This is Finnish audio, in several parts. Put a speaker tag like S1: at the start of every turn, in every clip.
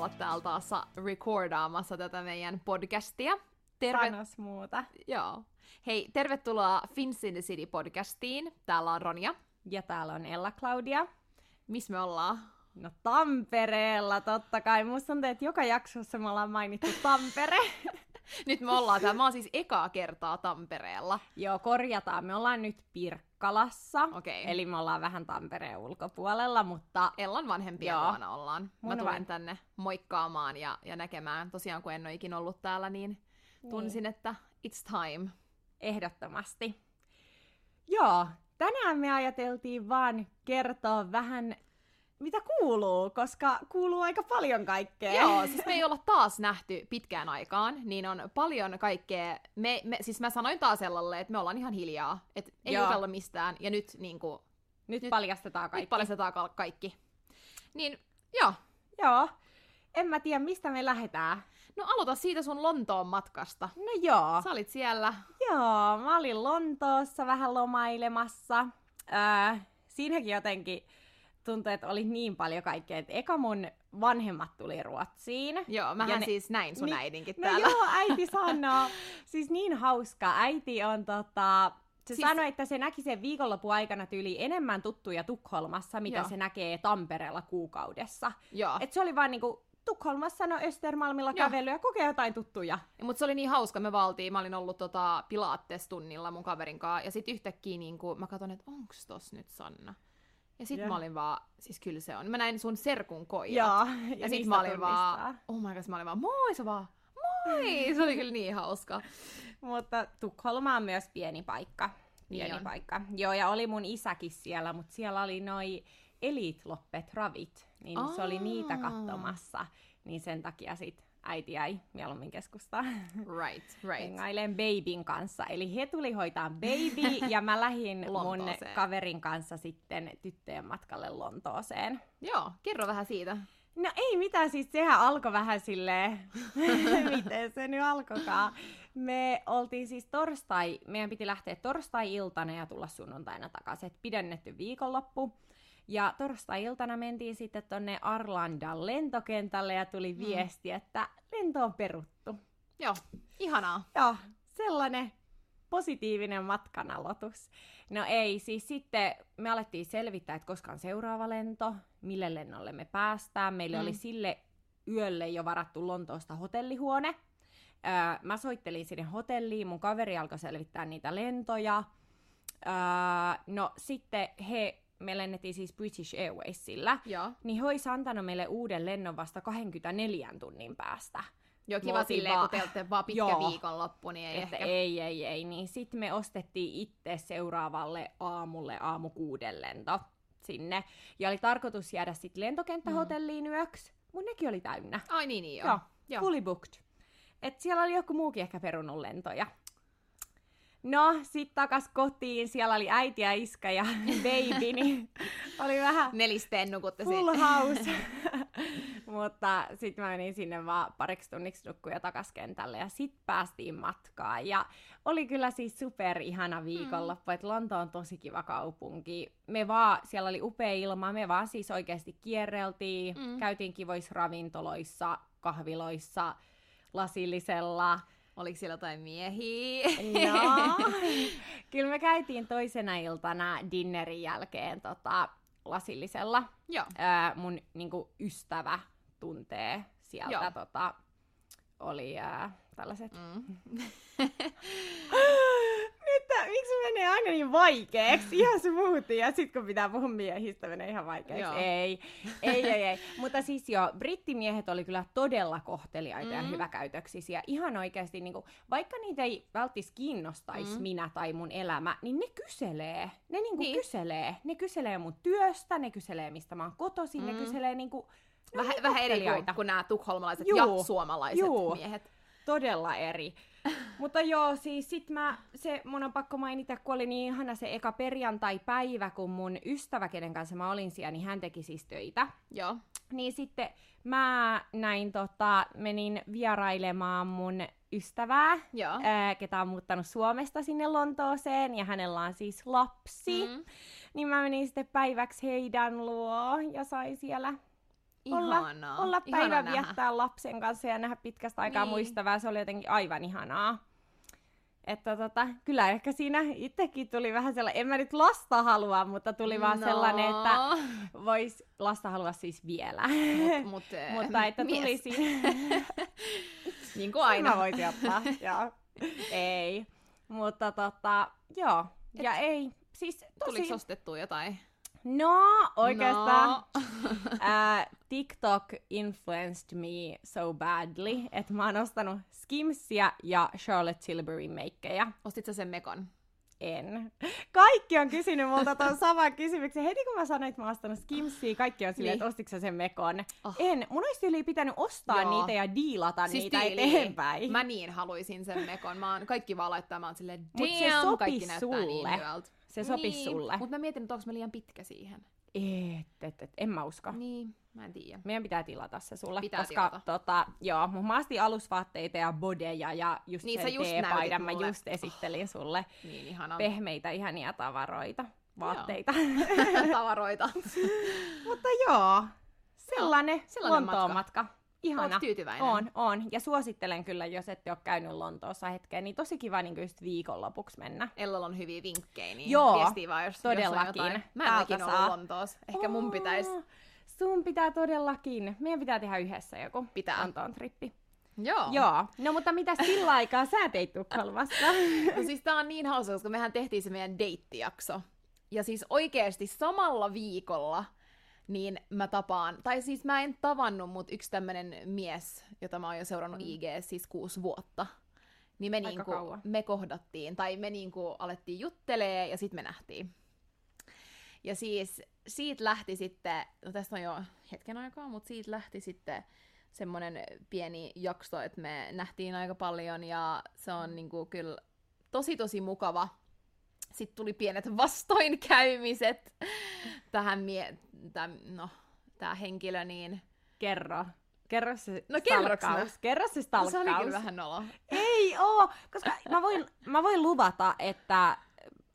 S1: oot täällä taas recordaamassa tätä meidän podcastia.
S2: Sanos muuta.
S1: Joo. Hei, tervetuloa Fins in the City podcastiin. Täällä on Ronja.
S2: Ja täällä on Ella Claudia.
S1: Miss me ollaan?
S2: No Tampereella totta kai. Musta on että joka jaksossa me ollaan mainittu Tampere.
S1: Nyt me ollaan täällä. Mä oon siis ekaa kertaa Tampereella.
S2: Joo, korjataan. Me ollaan nyt Pirkkalassa.
S1: Okei.
S2: Eli me ollaan vähän Tampereen ulkopuolella, mutta
S1: Ellan vanhempien
S2: Joo.
S1: luona ollaan. Mä
S2: Mun
S1: tulin
S2: van-
S1: tänne moikkaamaan ja, ja näkemään. Tosiaan kun en ole ikin ollut täällä, niin tunsin, että it's time.
S2: ehdottomasti. Joo, tänään me ajateltiin vaan kertoa vähän mitä kuuluu, koska kuuluu aika paljon kaikkea.
S1: Joo, siis me ei olla taas nähty pitkään aikaan, niin on paljon kaikkea. Me, me, siis mä sanoin taas Ellalle, että me ollaan ihan hiljaa, että ei
S2: Joo.
S1: jutella mistään, ja nyt, niin kuin,
S2: Nyt,
S1: Nyt-
S2: nyt paljastetaan kaikki.
S1: nyt paljastetaan ka- kaikki. Niin, joo.
S2: Joo. En mä tiedä, mistä me lähdetään.
S1: No aloita siitä sun Lontoon matkasta.
S2: No joo.
S1: Sä olit siellä.
S2: Joo, mä olin Lontoossa vähän lomailemassa. Öö, siinäkin jotenkin tuntui, että oli niin paljon kaikkea. että eka mun vanhemmat tuli Ruotsiin.
S1: Joo, mähän
S2: Ja
S1: ne...
S2: ne-
S1: siis näin sun
S2: Ni-
S1: äidinkin
S2: No
S1: täällä.
S2: joo, äiti sanoo. Siis niin hauska. Äiti on tota... Se
S1: Siis-
S2: siis... sanoi, että se näki sen viikonlopun aikana tyyli enemmän tuttuja Tukholmassa, mitä
S1: Joo.
S2: se näkee Tampereella kuukaudessa.
S1: Joo.
S2: Et se oli vaan niinku Tukholmassa, no Östermalmilla
S1: Joo.
S2: kävely ja kokee jotain tuttuja.
S1: Mutta se oli niin hauska, me valtiin, mä olin ollut tota pilates-tunnilla mun kaverin kanssa, ja sitten yhtäkkiä niin mä katson, että onks tos nyt Sanna? Ja sitten
S2: Joo.
S1: mä olin vaan, siis kyllä se on. Mä näin sun serkun koirat.
S2: Joo,
S1: Ja, sit
S2: niistä
S1: mä olin
S2: tunnistaa.
S1: vaan, oh my god, mä olin vaan, moi, se vaan,
S2: Mm.
S1: moi! Se oli kyllä niin hauska.
S2: Mutta Tukholma on myös pieni paikka.
S1: Niin
S2: Pieni
S1: on.
S2: paikka. Joo, ja oli mun isäkin siellä, mutta siellä oli noi elitloppet ravit, niin Aa. se oli niitä
S1: Aa.
S2: katsomassa. Niin sen takia sit äiti jäi mieluummin keskustaan
S1: Right, right.
S2: hengailen Babyn kanssa. Eli he tuli hoitaan Baby ja mä lähdin mun
S1: Lontooseen.
S2: kaverin kanssa sitten tyttöjen matkalle Lontooseen.
S1: Joo, kerro vähän siitä.
S2: No ei mitään, siis sehän alkoi vähän silleen, miten se nyt alkoikaan. Me oltiin siis torstai, meidän piti lähteä torstai-iltana ja tulla sunnuntaina takaisin, et pidennetty viikonloppu. Ja torstai-iltana mentiin sitten tonne Arlandan lentokentälle ja tuli viesti, että lento on peruttu.
S1: Joo, ihanaa.
S2: Joo, sellainen positiivinen matkan aloitus. No ei, siis sitten me alettiin selvittää, että koska on seuraava lento, mille lennolle me päästään. Meillä
S1: Mm.
S2: mm. oli sille yölle jo varattu Lontoosta hotellihuone. Öö, mä soittelin sinne hotelliin, mun kaveri alkoi selvittää niitä lentoja. Öö, no sitten he, me lennettiin siis British Airwaysilla,
S1: Joo,
S2: niin he olisi antanut meille uuden lennon vasta 24 tunnin päästä.
S1: Joo
S2: Me
S1: kiva
S2: oltiin
S1: silleen,
S2: vaan-
S1: kun te olette vaan pitkä
S2: Joo.
S1: viikonloppu, niin ei
S2: että
S1: ehkä.
S2: ei, ei, ei, niin sitten me ostettiin itse seuraavalle aamulle aamu kuuden lento sinne. Ja oli tarkoitus jäädä sitten lentokenttähotelliin yöksi, mun nekin oli täynnä.
S1: Ai niin, niin joo.
S2: Joo,
S1: Mm. Joo.
S2: fully booked. Et siellä oli joku muukin ehkä perunut lentoja. No, sitten takas kotiin, siellä oli äiti ja iskä ja baby, niin oli vähän
S1: Nelisteen nukutte
S2: full
S1: siinä.
S2: house. Mutta sitten mä menin sinne vaan pariksi tunniksi nukkuja takas kentälle ja sit päästiin matkaan. Ja oli kyllä siis super ihana viikonloppu, että Lonto on tosi kiva kaupunki. Me vaan, siellä oli upea ilma, me vaan siis oikeasti kierreltiin,
S1: Mm.
S2: mm. käytiin kivoissa ravintoloissa, kahviloissa, lasillisella.
S1: Oliko siellä jotain miehiä?
S2: No, kyllä me käytiin toisena iltana dinnerin jälkeen tota, lasillisella
S1: Joo.
S2: ää, mun niinku, ystävä tuntee sieltä
S1: Joo.
S2: tota, oli ää, tällaiset...
S1: Mm.
S2: Mitä, miksi menee aina niin vaikeaksi? Ihan smoothie ja sit kun pitää puhua miehistä, menee ihan vaikeaksi.
S1: Joo.
S2: Ei, ei, ei, ei. Mutta siis joo, brittimiehet oli kyllä todella kohteliaita mm-hmm. ja
S1: Mhm.
S2: hyväkäytöksisiä. Ihan oikeasti, niinku, vaikka niitä ei välttis kiinnostaisi
S1: Mhm.
S2: mm-hmm. minä tai mun elämä, niin ne kyselee. Ne niinku
S1: Niin.
S2: niin. kyselee. Ne kyselee mun työstä, ne kyselee mistä mä oon kotoisin, mm-hmm.
S1: Mhm.
S2: ne kyselee niinku
S1: Vähän, vähän eri kuin,
S2: kohteliaita.
S1: kuin nämä tukholmalaiset ja
S2: Juu.
S1: suomalaiset
S2: Juu.
S1: miehet.
S2: todella eri. Mutta joo, siis sit mä, se, mun on pakko mainita, kun oli niin ihana se eka perjantai-päivä, kun mun ystävä, kenen kanssa mä olin siellä, niin hän teki siis töitä.
S1: Joo.
S2: Niin sitten mä näin tota, menin vierailemaan mun ystävää,
S1: Joo.
S2: ää, ketä on muuttanut Suomesta sinne Lontooseen, ja hänellä on siis lapsi. Mm.
S1: Mm.
S2: Niin mä menin sitten päiväksi heidän luo ja sain siellä
S1: Ihanaa.
S2: olla, olla
S1: Oh, Ihanaa
S2: päivän
S1: nähdä.
S2: viettää lapsen kanssa ja nähdä pitkästä aikaa
S1: Niin.
S2: niin. muistavaa. Se oli jotenkin aivan ihanaa. Että tota, kyllä ehkä siinä itsekin tuli vähän sellainen, en mä nyt lasta halua, mutta tuli
S1: No.
S2: vaan sellainen, että vois lasta halua siis vielä.
S1: Mut, mut, eh,
S2: mutta että
S1: mies.
S2: tuli siinä.
S1: niin kuin
S2: Aina
S1: aina.
S2: voisi ottaa, joo. Ei. Mutta tota, joo. Ja ei, siis tosi...
S1: Tuliko ostettua jotain?
S2: No, oikeastaan.
S1: No.
S2: Ää, TikTok influenced me so badly, että mä oon ostanut Skimsia ja Charlotte Tilbury meikkejä.
S1: Ostit sä sen mekon?
S2: En. Kaikki on kysynyt multa tuon saman kysymyksen. Heti kun mä sanoin, että mä oon ostanut Skimsia, kaikki on silleen,
S1: Niin.
S2: että ostitko sä sen mekon?
S1: Oh.
S2: En. Mun olisi yli pitänyt ostaa
S1: Joo.
S2: niitä ja diilata
S1: Siis
S2: niitä
S1: diili.
S2: eteenpäin.
S1: Mä niin haluaisin sen mekon. Mä oon, kaikki vaan laittaa, mä oon silleen,
S2: Mut se
S1: damn,
S2: sopi
S1: kaikki näyttää niin
S2: sulle.
S1: hyvältä.
S2: Se sopi
S1: niin,
S2: sulle.
S1: Mutta mä mietin, että onko mä liian pitkä siihen.
S2: Et, et, et, en mä usko.
S1: Niin, mä en tiedä.
S2: Meidän pitää tilata se sulle,
S1: Pitää
S2: koska
S1: tilata.
S2: tota, joo, mun maasti alusvaatteita ja bodeja ja just
S1: Niin,
S2: niin,
S1: sä
S2: sen
S1: just näytit
S2: teepaidan mä
S1: mulle.
S2: just esittelin sulle.
S1: Niin ihana.
S2: Pehmeitä, ihania tavaroita, vaatteita.
S1: Tavaroita.
S2: Mutta joo, sellainen,
S1: sellainen
S2: sellainen Lontoon matka.
S1: Oot
S2: Ihana.
S1: tyytyväinen.
S2: On, on. Ja suosittelen kyllä, jos ette ole käynyt Lontoossa hetkeen, niin tosi kiva niin just viikonlopuksi mennä.
S1: Ellalla on hyviä vinkkejä, niin
S2: Joo,
S1: viestiä vaan, jos,
S2: todellakin.
S1: jos on jotain. Mä en
S2: Täältä
S1: ikinä
S2: saa.
S1: ollut Lontoossa. Ehkä mun pitäisi.
S2: Aa, Sun pitää todellakin. Meidän pitää tehdä yhdessä joku
S1: Pitää.
S2: Lontoon trippi.
S1: Joo.
S2: Joo. No mutta mitä sillä aikaa sä teit Tukholmassa?
S1: No siis tää on niin hauska, koska mehän tehtiin se meidän deittijakso. Ja siis oikeesti samalla viikolla niin mä tapaan, tai siis mä en tavannut, mut yksi tämmönen mies, jota mä oon jo seurannut
S2: Mm.
S1: IG siis kuusi vuotta, niin me,
S2: Aika
S1: niinku,
S2: kauan.
S1: me kohdattiin, tai me niinku alettiin juttelee ja sitten me nähtiin. Ja siis siitä lähti sitten, no tästä on jo hetken aikaa, mutta siitä lähti sitten semmoinen pieni jakso, että me nähtiin aika paljon ja se
S2: Mm.
S1: on niinku kyllä tosi tosi mukava. Sitten tuli pienet vastoinkäymiset tähän mie- täm, no, tää henkilö, niin
S2: Kerro. Kerro se
S1: No kerroks mä?
S2: stalkkaus. Kerro se
S1: no,
S2: stalkkaus.
S1: se oli kyllä vähän nolo.
S2: Ei oo, koska mä voin, mä voin luvata, että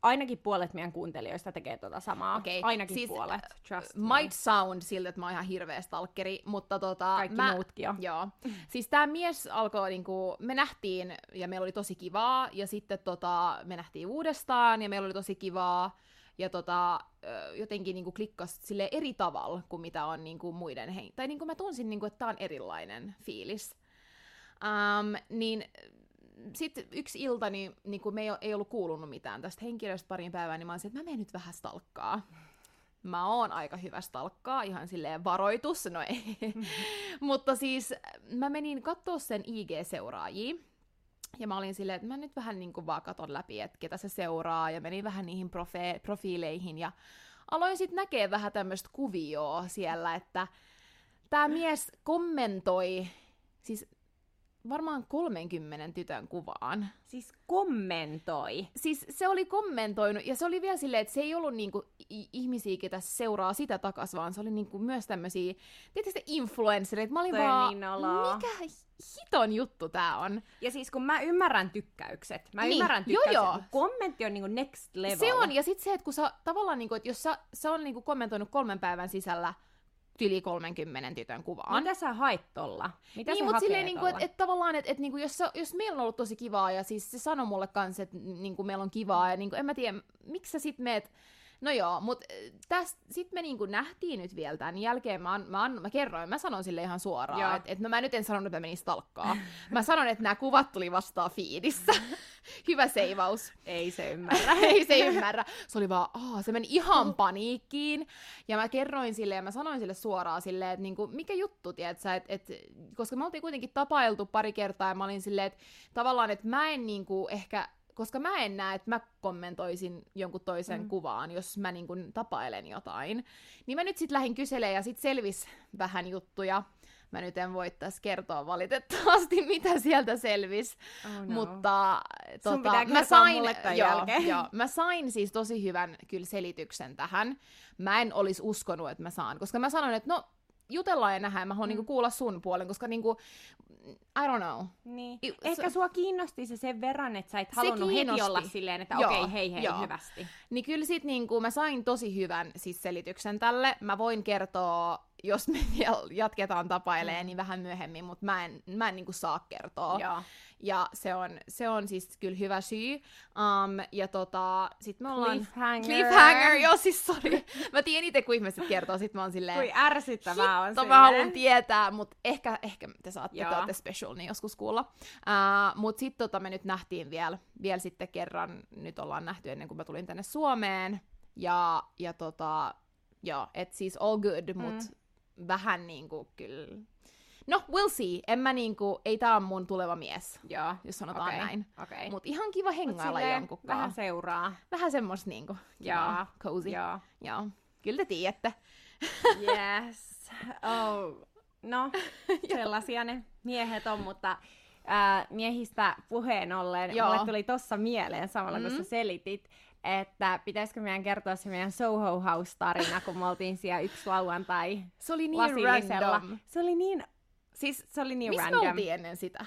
S2: ainakin puolet meidän kuuntelijoista tekee tuota samaa.
S1: Okei,
S2: Ainakin
S1: siis,
S2: puolet. Trust me.
S1: Might sound siltä, että mä oon ihan hirveä stalkeri, mutta tota...
S2: Kaikki
S1: mä,
S2: muutkin jo.
S1: Joo. Siis tämä mies alkoi, niinku, me nähtiin ja meillä oli tosi kivaa ja sitten tota, me nähtiin uudestaan ja meillä oli tosi kivaa ja tota, ö, jotenkin niinku klikkas sille eri tavalla kuin mitä on niinku muiden hen- Tai niinku mä tunsin, niinku, että tämä on erilainen fiilis. Um, niin sitten yksi ilta, niin, niin kun me ei, ei ollut kuulunut mitään tästä henkilöstä parin päivää, niin mä olisin, että mä menen nyt vähän stalkkaa mä oon aika hyvä stalkkaa, ihan silleen varoitus, no ei. Mutta siis mä menin katsoa sen IG-seuraajia, ja mä olin silleen, että mä nyt vähän niin kuin vaan katon läpi, että ketä se seuraa, ja menin vähän niihin profe- profiileihin, ja aloin sitten näkee vähän tämmöistä kuvioa siellä, että tämä mies kommentoi, siis varmaan 30 tytön kuvaan,
S2: Siis kommentoi.
S1: siis se oli kommentoinut, ja se oli vielä silleen, että se ei ollut niinku i- ihmisiä, ketä seuraa sitä takas, vaan se oli niinku myös tämmöisiä, tietysti influenssereita. Mä olin
S2: Toi on
S1: vaan,
S2: niin noloa.
S1: mikä hiton juttu tää on?
S2: Ja siis kun mä ymmärrän tykkäykset. Mä
S1: Niin,
S2: niin. ymmärrän
S1: joo,
S2: tykkäykset,
S1: joo.
S2: joo, joo. kommentti on niinku next level.
S1: Se on, ja sitten se, että kun sä tavallaan, niinku, että jos sä, sä on niinku kommentoinut kolmen päivän sisällä yli 30 tytön kuvaan,
S2: Mitä sä haet tolla? Mitä
S1: niin,
S2: sä
S1: mutta
S2: hakeet
S1: silleen, niinku, että
S2: tolla?
S1: et, tavallaan, että et, niinku, jos, se- jos meillä on ollut tosi kivaa, ja siis se sanoi mulle kanssa, että niinku, meillä on kivaa, ja niinku, en mä tiedä, miksi sä sit meet, no joo, mutta sitten me niinku, nähtiin nyt vielä tämän jälkeen, mä, an, mä, an, mä kerroin, mä sanon sille ihan
S2: Joo.
S1: suoraan, että et, no mä nyt en sanonut, että mä menin stalkkaa, mä sanon, että nämä kuvat tuli vastaan fiidissä, hyvä seivaus
S2: Ei se ymmärrä.
S1: ei se ymmärrä. Se oli vaan, aah, se meni ihan paniikkiin. Ja mä kerroin sille ja mä sanoin sille suoraan silleen, että niinku, mikä juttu, tiedätkö, että et, koska me oltiin kuitenkin tapailtu pari kertaa ja mä olin silleen, että tavallaan, että mä en niinku ehkä, koska mä en näe, että mä kommentoisin jonkun toisen mm.
S2: Mm.
S1: kuvaan, jos mä niinku tapailen jotain. Niin mä nyt sit lähdin kyselemään ja sit selvis vähän juttuja. Mä nyt en voi tässä kertoa valitettavasti, mitä sieltä selvisi.
S2: Oh no.
S1: Mutta
S2: Sun
S1: tota,
S2: pitää
S1: mä
S2: kertoa
S1: sain,
S2: mulle tän
S1: joo,
S2: jälkeen.
S1: joo, mä sain siis tosi hyvän kyllä selityksen tähän. Mä en olisi uskonut, että mä saan, koska mä sanoin, että no jutellaan ja nähdään, mä haluan
S2: Mm.
S1: niinku kuulla sun puolen, koska niinku, I don't know.
S2: Niin.
S1: Ju-
S2: Ehkä sua kiinnosti se sen verran, että sä et
S1: Se
S2: halunnut heti
S1: kiinnosti.
S2: olla silleen, että
S1: Joo,
S2: okei, okay, hei hei,
S1: joo.
S2: joo. hyvästi.
S1: Niin kyllä sit niinku, mä sain tosi hyvän siis selityksen tälle. Mä voin kertoa jos me vielä jatketaan tapailemaan, niin vähän myöhemmin, mutta mä en, mä en niin kuin saa kertoa.
S2: Mm. Joo.
S1: Ja se on, se on siis kyllä hyvä syy. Um, ja tota, sit me ollaan...
S2: Cliffhanger.
S1: Cliffhanger, joo siis sorry. Mä tiedän itse, kun ihmiset kertoo, sit mä oon silleen...
S2: Kui ärsyttävää on
S1: Hitto,
S2: se.
S1: mä haluan tietää, mutta ehkä, ehkä te saatte,
S2: Joo.
S1: te olette special, niin joskus kuulla. Uh, mutta sitten tota, me nyt nähtiin vielä, vielä sitten kerran, nyt ollaan nähty ennen kuin mä tulin tänne Suomeen. Ja, ja tota, joo, et siis all good,
S2: Mm.
S1: mutta vähän niinku kyllä... No, we'll see. En mä niinku, ei tää on mun tuleva mies,
S2: Joo.
S1: jos sanotaan
S2: Okei,
S1: okay. näin.
S2: Okei.
S1: Mutta ihan kiva
S2: Mut
S1: hengailla
S2: silleen
S1: jonkun kanssa.
S2: Vähän
S1: Vähän, se...
S2: seuraa.
S1: vähän semmoista niinku kivaa, cozy.
S2: Joo.
S1: Joo. Kyllä te tiedätte.
S2: Yes. Oh. No, sellaisia ne miehet on, mutta ää, miehistä puheen ollen,
S1: Joo.
S2: mulle tuli tossa mieleen samalla, kun
S1: Mm.
S2: sä selitit, että pitäisikö meidän kertoa se meidän Soho House-tarina, kun me oltiin siellä yksi lauantai
S1: Se oli niin
S2: lasillisella.
S1: random.
S2: Se oli niin,
S1: Siis
S2: se oli niin
S1: Missä
S2: random.
S1: me oltiin ennen sitä?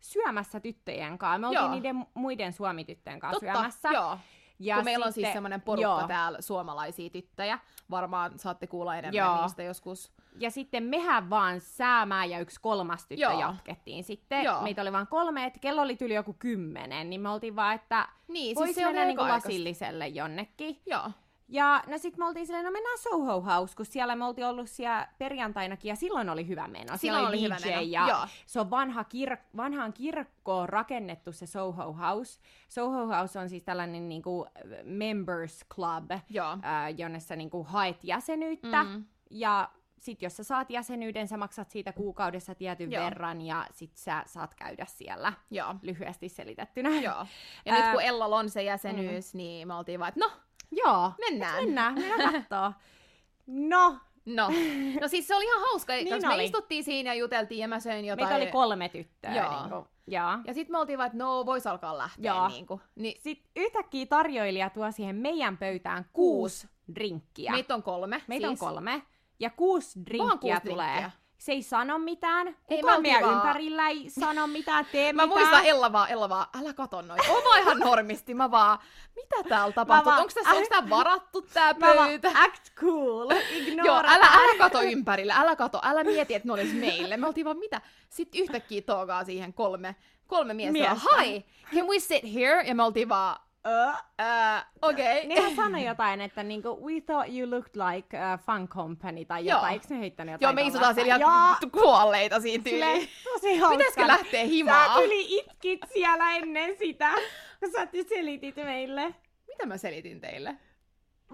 S2: Syömässä tyttöjen kanssa. Me oltiin
S1: Joo.
S2: niiden muiden suomityttöjen kanssa
S1: Totta,
S2: syömässä.
S1: joo.
S2: Ja
S1: kun meillä on
S2: sitten-
S1: siis semmoinen porukka
S2: joo.
S1: täällä, suomalaisia tyttöjä. Varmaan saatte kuulla enemmän
S2: Joo.
S1: niistä joskus.
S2: Ja sitten mehän vaan säämää ja yksi kolmas tyttö
S1: Joo.
S2: jatkettiin sitten.
S1: Joo.
S2: Meitä oli vaan kolme, että kello oli tyli joku kymmenen, niin me oltiin vaan, että
S1: Niin,
S2: niin, vois
S1: siis
S2: siis
S1: se on
S2: mennä
S1: aika
S2: niinku
S1: aikaista.
S2: lasilliselle jonnekin.
S1: Joo.
S2: Ja no sit me oltiin silleen, no mennään Soho House, kun siellä me oltiin ollut siellä perjantainakin ja silloin oli hyvä meno. Siellä
S1: Silloin oli
S2: DJ
S1: hyvä meno.
S2: ja
S1: Joo.
S2: se on vanha kir- vanhaan kirkkoon rakennettu se Soho House. Soho House on siis tällainen niinku members club,
S1: Joo.
S2: ää, jonne sä niinku haet jäsenyyttä.
S1: Mm.
S2: Ja sit jos sä saat jäsenyyden, sä maksat siitä kuukaudessa tietyn
S1: Joo.
S2: verran ja sit sä saat käydä siellä
S1: Joo.
S2: lyhyesti selitettynä.
S1: Joo. Ja
S2: Ää,
S1: nyt kun Ellalla on se jäsenyys, niin me oltiin vaan, että no,
S2: Joo.
S1: mennään.
S2: Mennään, mennään kattoo. No,
S1: No. no siis se oli ihan hauska,
S2: Niin
S1: niin koska me
S2: oli.
S1: istuttiin siinä ja juteltiin ja mä söin jotain.
S2: meitä oli kolme tyttöä.
S1: Joo.
S2: Niin kuin, joo.
S1: ja sitten me oltiin vaan, että no, vois alkaa lähteä.
S2: Joo.
S1: Niin kuin. Niin,
S2: Sitten yhtäkkiä tarjoilija tuo siihen meidän pöytään kuusi drinkkiä.
S1: meitä on kolme.
S2: Meitä
S1: siis.
S2: on kolme. Ja kuusi drinkkiä
S1: kuusi
S2: tulee.
S1: drinkkiä.
S2: Se ei sano mitään.
S1: Ei,
S2: Kukaan
S1: me oltiin
S2: meidän
S1: vaan-
S2: ympärillä ei sano mitään, tee
S1: Mä
S2: mitään.
S1: muistan Ella vaan, Ella vaan, älä kato noin. On vaan ihan normisti. Mä vaan, mitä täällä tapahtuu?
S2: vaan,
S1: Onko tässä, onks tää varattu tää
S2: Mä vaan,
S1: pöytä?
S2: act cool, ignore.
S1: Joo, älä, älä kato ympärille, älä kato, älä mieti, että ne olis meille. Me oltiin vaan mitä? Sitten yhtäkkiä toogaa siihen kolme, kolme miestä.
S2: Miestä.
S1: miestä. Hi, can we sit here? Ja me oltiin vaan,
S2: Ö,
S1: äh, okei.
S2: Nehän Niin sanoi jotain, että niinku, we thought you looked like a fun company tai
S1: Joo.
S2: jotain. Eikö ne heittänyt jotain?
S1: Joo, me istutaan siellä ihan
S2: Joo,
S1: vittu kuolleita siinä
S2: silleen,
S1: tyyliin.
S2: tosi hauska.
S1: Pitäisikö lähteä
S2: Sä
S1: himaa?
S2: yli itkit siellä ennen sitä, kun sä selitit meille.
S1: Mitä mä selitin teille?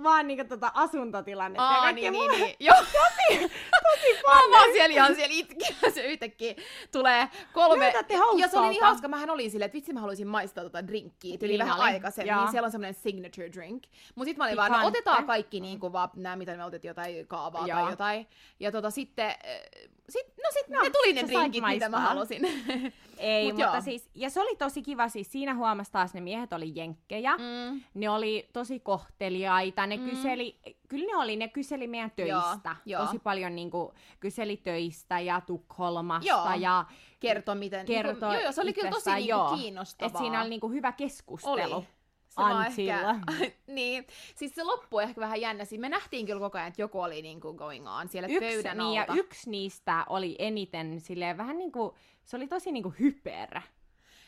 S2: Vaan niinku tota asuntotilannetta ja
S1: Aa,
S2: kaikkea
S1: niin,
S2: muuta.
S1: niin, niin. Joo.
S2: Tosi
S1: Mä
S2: paljon.
S1: vaan siellä ihan siellä itkemässä yhtäkkiä tulee kolme.
S2: Näytätte
S1: Ja se oli niin
S2: hauskalta.
S1: hauska, mähän olin silleen, että vitsi mä haluaisin maistaa tota drinkkiä tyli
S2: Niin
S1: vähän
S2: oli,
S1: aikaisemmin.
S2: joo.
S1: Siellä on semmoinen signature drink. Mut sit mä olin vaan, no
S2: Pikante.
S1: otetaan kaikki niinku vaan nää, mitä me otettiin jotain kaavaa
S2: Joo.
S1: tai jotain. Ja tota sitten, äh, sit, no sit
S2: No,
S1: ne tuli ne
S2: sä sait
S1: drinkit, mitä mä
S2: maistaa.
S1: halusin. Mm.
S2: Ei,
S1: Mut
S2: mutta
S1: joo.
S2: siis, ja se oli tosi kiva, siis siinä huomasi taas ne miehet oli jenkkejä.
S1: mm.
S2: ne oli tosi kohteliaita, ne
S1: Mm.
S2: kyseli, kyllä ne oli, ne kyseli meidän
S1: Joo,
S2: töistä,
S1: joo.
S2: tosi paljon niinku, kyseli töistä ja Tukholmasta
S1: Joo,
S2: ja
S1: Kerto miten. niinku,
S2: kertoi
S1: joo, joo, se oli kyllä tosi
S2: itsestään,
S1: niinku
S2: joo.
S1: kiinnostavaa.
S2: et siinä oli niinku hyvä keskustelu.
S1: Oli. Se vaan
S2: Antsilla.
S1: Ehkä, niin, siis se loppu ehkä vähän jännä. Siis me nähtiin kyllä koko ajan, että joku oli niinku going on siellä
S2: Yksi,
S1: pöydän
S2: niin, ja
S1: alta.
S2: yksi niistä oli eniten silleen vähän niinku, se oli tosi niinku hyper.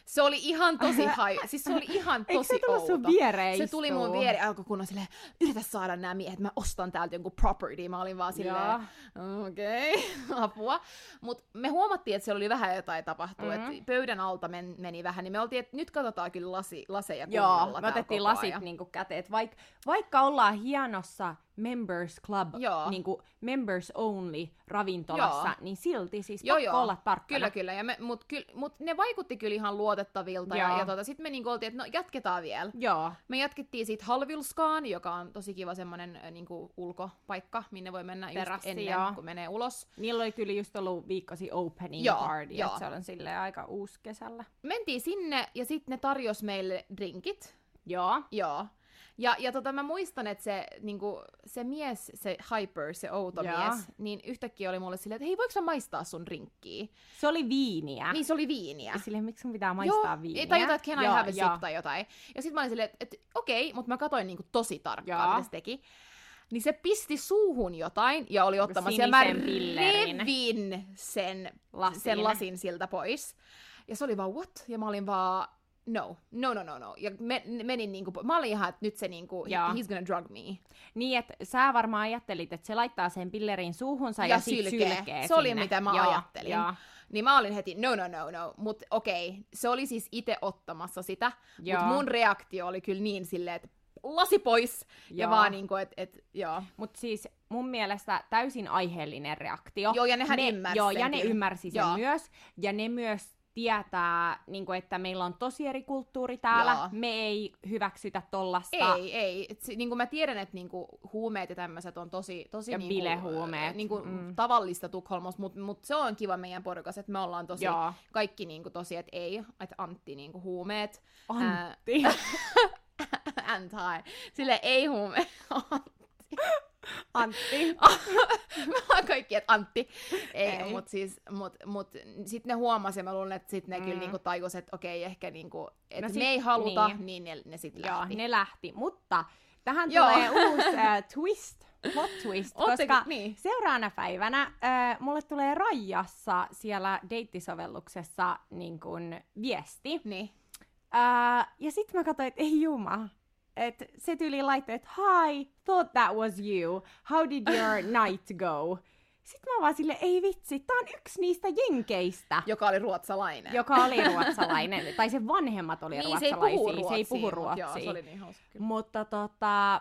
S1: Se oli ihan tosi haj... Siis se oli ihan
S2: Äh, Eikö
S1: tosi
S2: se tullut sun
S1: outo.
S2: viereen
S1: se tuli mun
S2: istuu?
S1: viereen, alkoi kunnon silleen, yritä saada nämä miehet, mä ostan täältä jonkun property. Mä olin vaan silleen,
S2: Joo.
S1: okei, okay, apua. Mut me huomattiin, että siellä oli vähän jotain tapahtuu,
S2: Mhm.
S1: mm-hmm. että pöydän alta men, meni vähän, niin me oltiin, että nyt katsotaan kyllä lasi, laseja kunnolla
S2: Joo, me
S1: täällä
S2: otettiin
S1: koko
S2: lasit
S1: ajan.
S2: niinku käteen, että vaik, vaikka ollaan hienossa members club,
S1: Joo.
S2: niinku members only ravintolassa,
S1: Joo.
S2: niin silti siis
S1: Joo,
S2: pakko
S1: joo.
S2: olla tarkkana.
S1: Kyllä, kyllä. Ja me, mut, kyl, mut ne vaikutti kyllä ihan luotettavilta.
S2: Joo.
S1: Ja, ja tota, sitten me niinku oltiin, että no jatketaan vielä.
S2: Joo,
S1: Me jatkettiin siitä Halvilskaan, joka on tosi kiva semmoinen niinku, ulkopaikka, minne voi mennä just
S2: Terassi,
S1: ennen,
S2: joo.
S1: kun menee ulos.
S2: niillä oli kyllä just ollut viikkosi opening
S1: Joo,
S2: party, että
S1: joo.
S2: se on silleen aika uusi kesällä.
S1: Mentiin sinne ja sitten ne tarjos meille drinkit.
S2: Joo.
S1: Joo. Ja, ja tota, mä muistan, että se, niinku, se mies, se hyper, se outo
S2: Joo.
S1: mies, niin yhtäkkiä oli mulle silleen, että hei, voiko sä maistaa sun drinkkiä?
S2: Se oli viiniä.
S1: Niin se oli viiniä.
S2: Ja Silleen, miksi sun pitää maistaa
S1: Joo,
S2: viiniä?
S1: Tai jotain, että can I
S2: Joo,
S1: have a
S2: joo.
S1: sip tai jotain. Ja sitten mä olin silleen, että et, okei, mutta mä katsoin niinku tosi tarkkaan,
S2: Joo.
S1: mitä se teki. niin se pisti suuhun jotain ja oli ottamassa, ja mä
S2: Niinku Sinisen pillerin.
S1: revin sen
S2: Lasin.
S1: sen lasin siltä pois. Ja se oli vaan what? Ja mä olin vaan no, no, no, no, no. Ja me, menin niinku, po- mä olin ihan, että nyt se niinku, he,
S2: Joo.
S1: he's gonna drug me.
S2: Niin, että sä varmaan ajattelit, että se laittaa sen pillerin suuhunsa ja,
S1: Ja
S2: sit
S1: sylkee.
S2: sylkee.
S1: Se oli,
S2: sinne.
S1: mitä mä
S2: Joo,
S1: ajattelin.
S2: Joo,
S1: Niin mä olin heti, no, no, no, no. Mut okei, se oli siis itse ottamassa sitä.
S2: Joo.
S1: Mut mun reaktio oli kyllä niin silleen, että lasi pois. Ja,
S2: joo.
S1: vaan niinku, että et, joo.
S2: Mut siis mun mielestä täysin aiheellinen reaktio.
S1: Joo, ja nehän ymmärsi
S2: Joo,
S1: sen
S2: ja ne
S1: kyllä.
S2: ymmärsi sen
S1: Joo.
S2: myös. Ja ne myös tietää, niin kuin, että meillä on tosi eri kulttuuri täällä.
S1: Joo.
S2: Me ei hyväksytä tollasta.
S1: Ei, ei. Et, si- niinku mä tiedän, että niinku, huumeet ja tämmöiset on tosi, tosi
S2: Ja
S1: niinku,
S2: bilehuumeet.
S1: Niinku,
S2: Mm.
S1: mm. tavallista Tukholmassa, mutta mut se on kiva meidän porukas, että me ollaan tosi, Joo.
S2: Joo.
S1: kaikki niinku, tosi, että ei, että Antti niinku, huumeet.
S2: Antti.
S1: Ää, Antti. Sille ei huume.
S2: Antti.
S1: me ollaan kaikki, että Antti. Ei,
S2: Ei.
S1: ei. mut siis, mut, mut sit ne huomasi ja mä luulen, että sit ne mm.
S2: Mm.
S1: kyllä niinku tajus, että okei, ehkä niinku, että
S2: No
S1: no
S2: sit-
S1: me ei haluta,
S2: niin.
S1: niin, niin ne, ne sit
S2: Joo,
S1: lähti.
S2: ne lähti. Mutta tähän
S1: Joo.
S2: tulee uusi äh, twist, plot twist,
S1: Ootteko-
S2: koska
S1: niin.
S2: seuraavana päivänä äh, mulle tulee rajassa siellä deittisovelluksessa niin kun, viesti.
S1: Niin.
S2: Äh, ja sitten mä katsoin, että ei juma. Et se tyyli laittoi, että hi, thought that was you. How did your night go? Sitten mä vaan sille, ei vitsi, tää on yksi niistä jenkeistä.
S1: Joka oli ruotsalainen.
S2: Joka oli ruotsalainen, tai sen vanhemmat oli
S1: niin, se ei
S2: ruotsalaisia,
S1: puhu ruotsia.
S2: se ei puhu
S1: mut
S2: ruotsia.
S1: Joo, se oli niin hauska. kyllä.
S2: Mutta tota,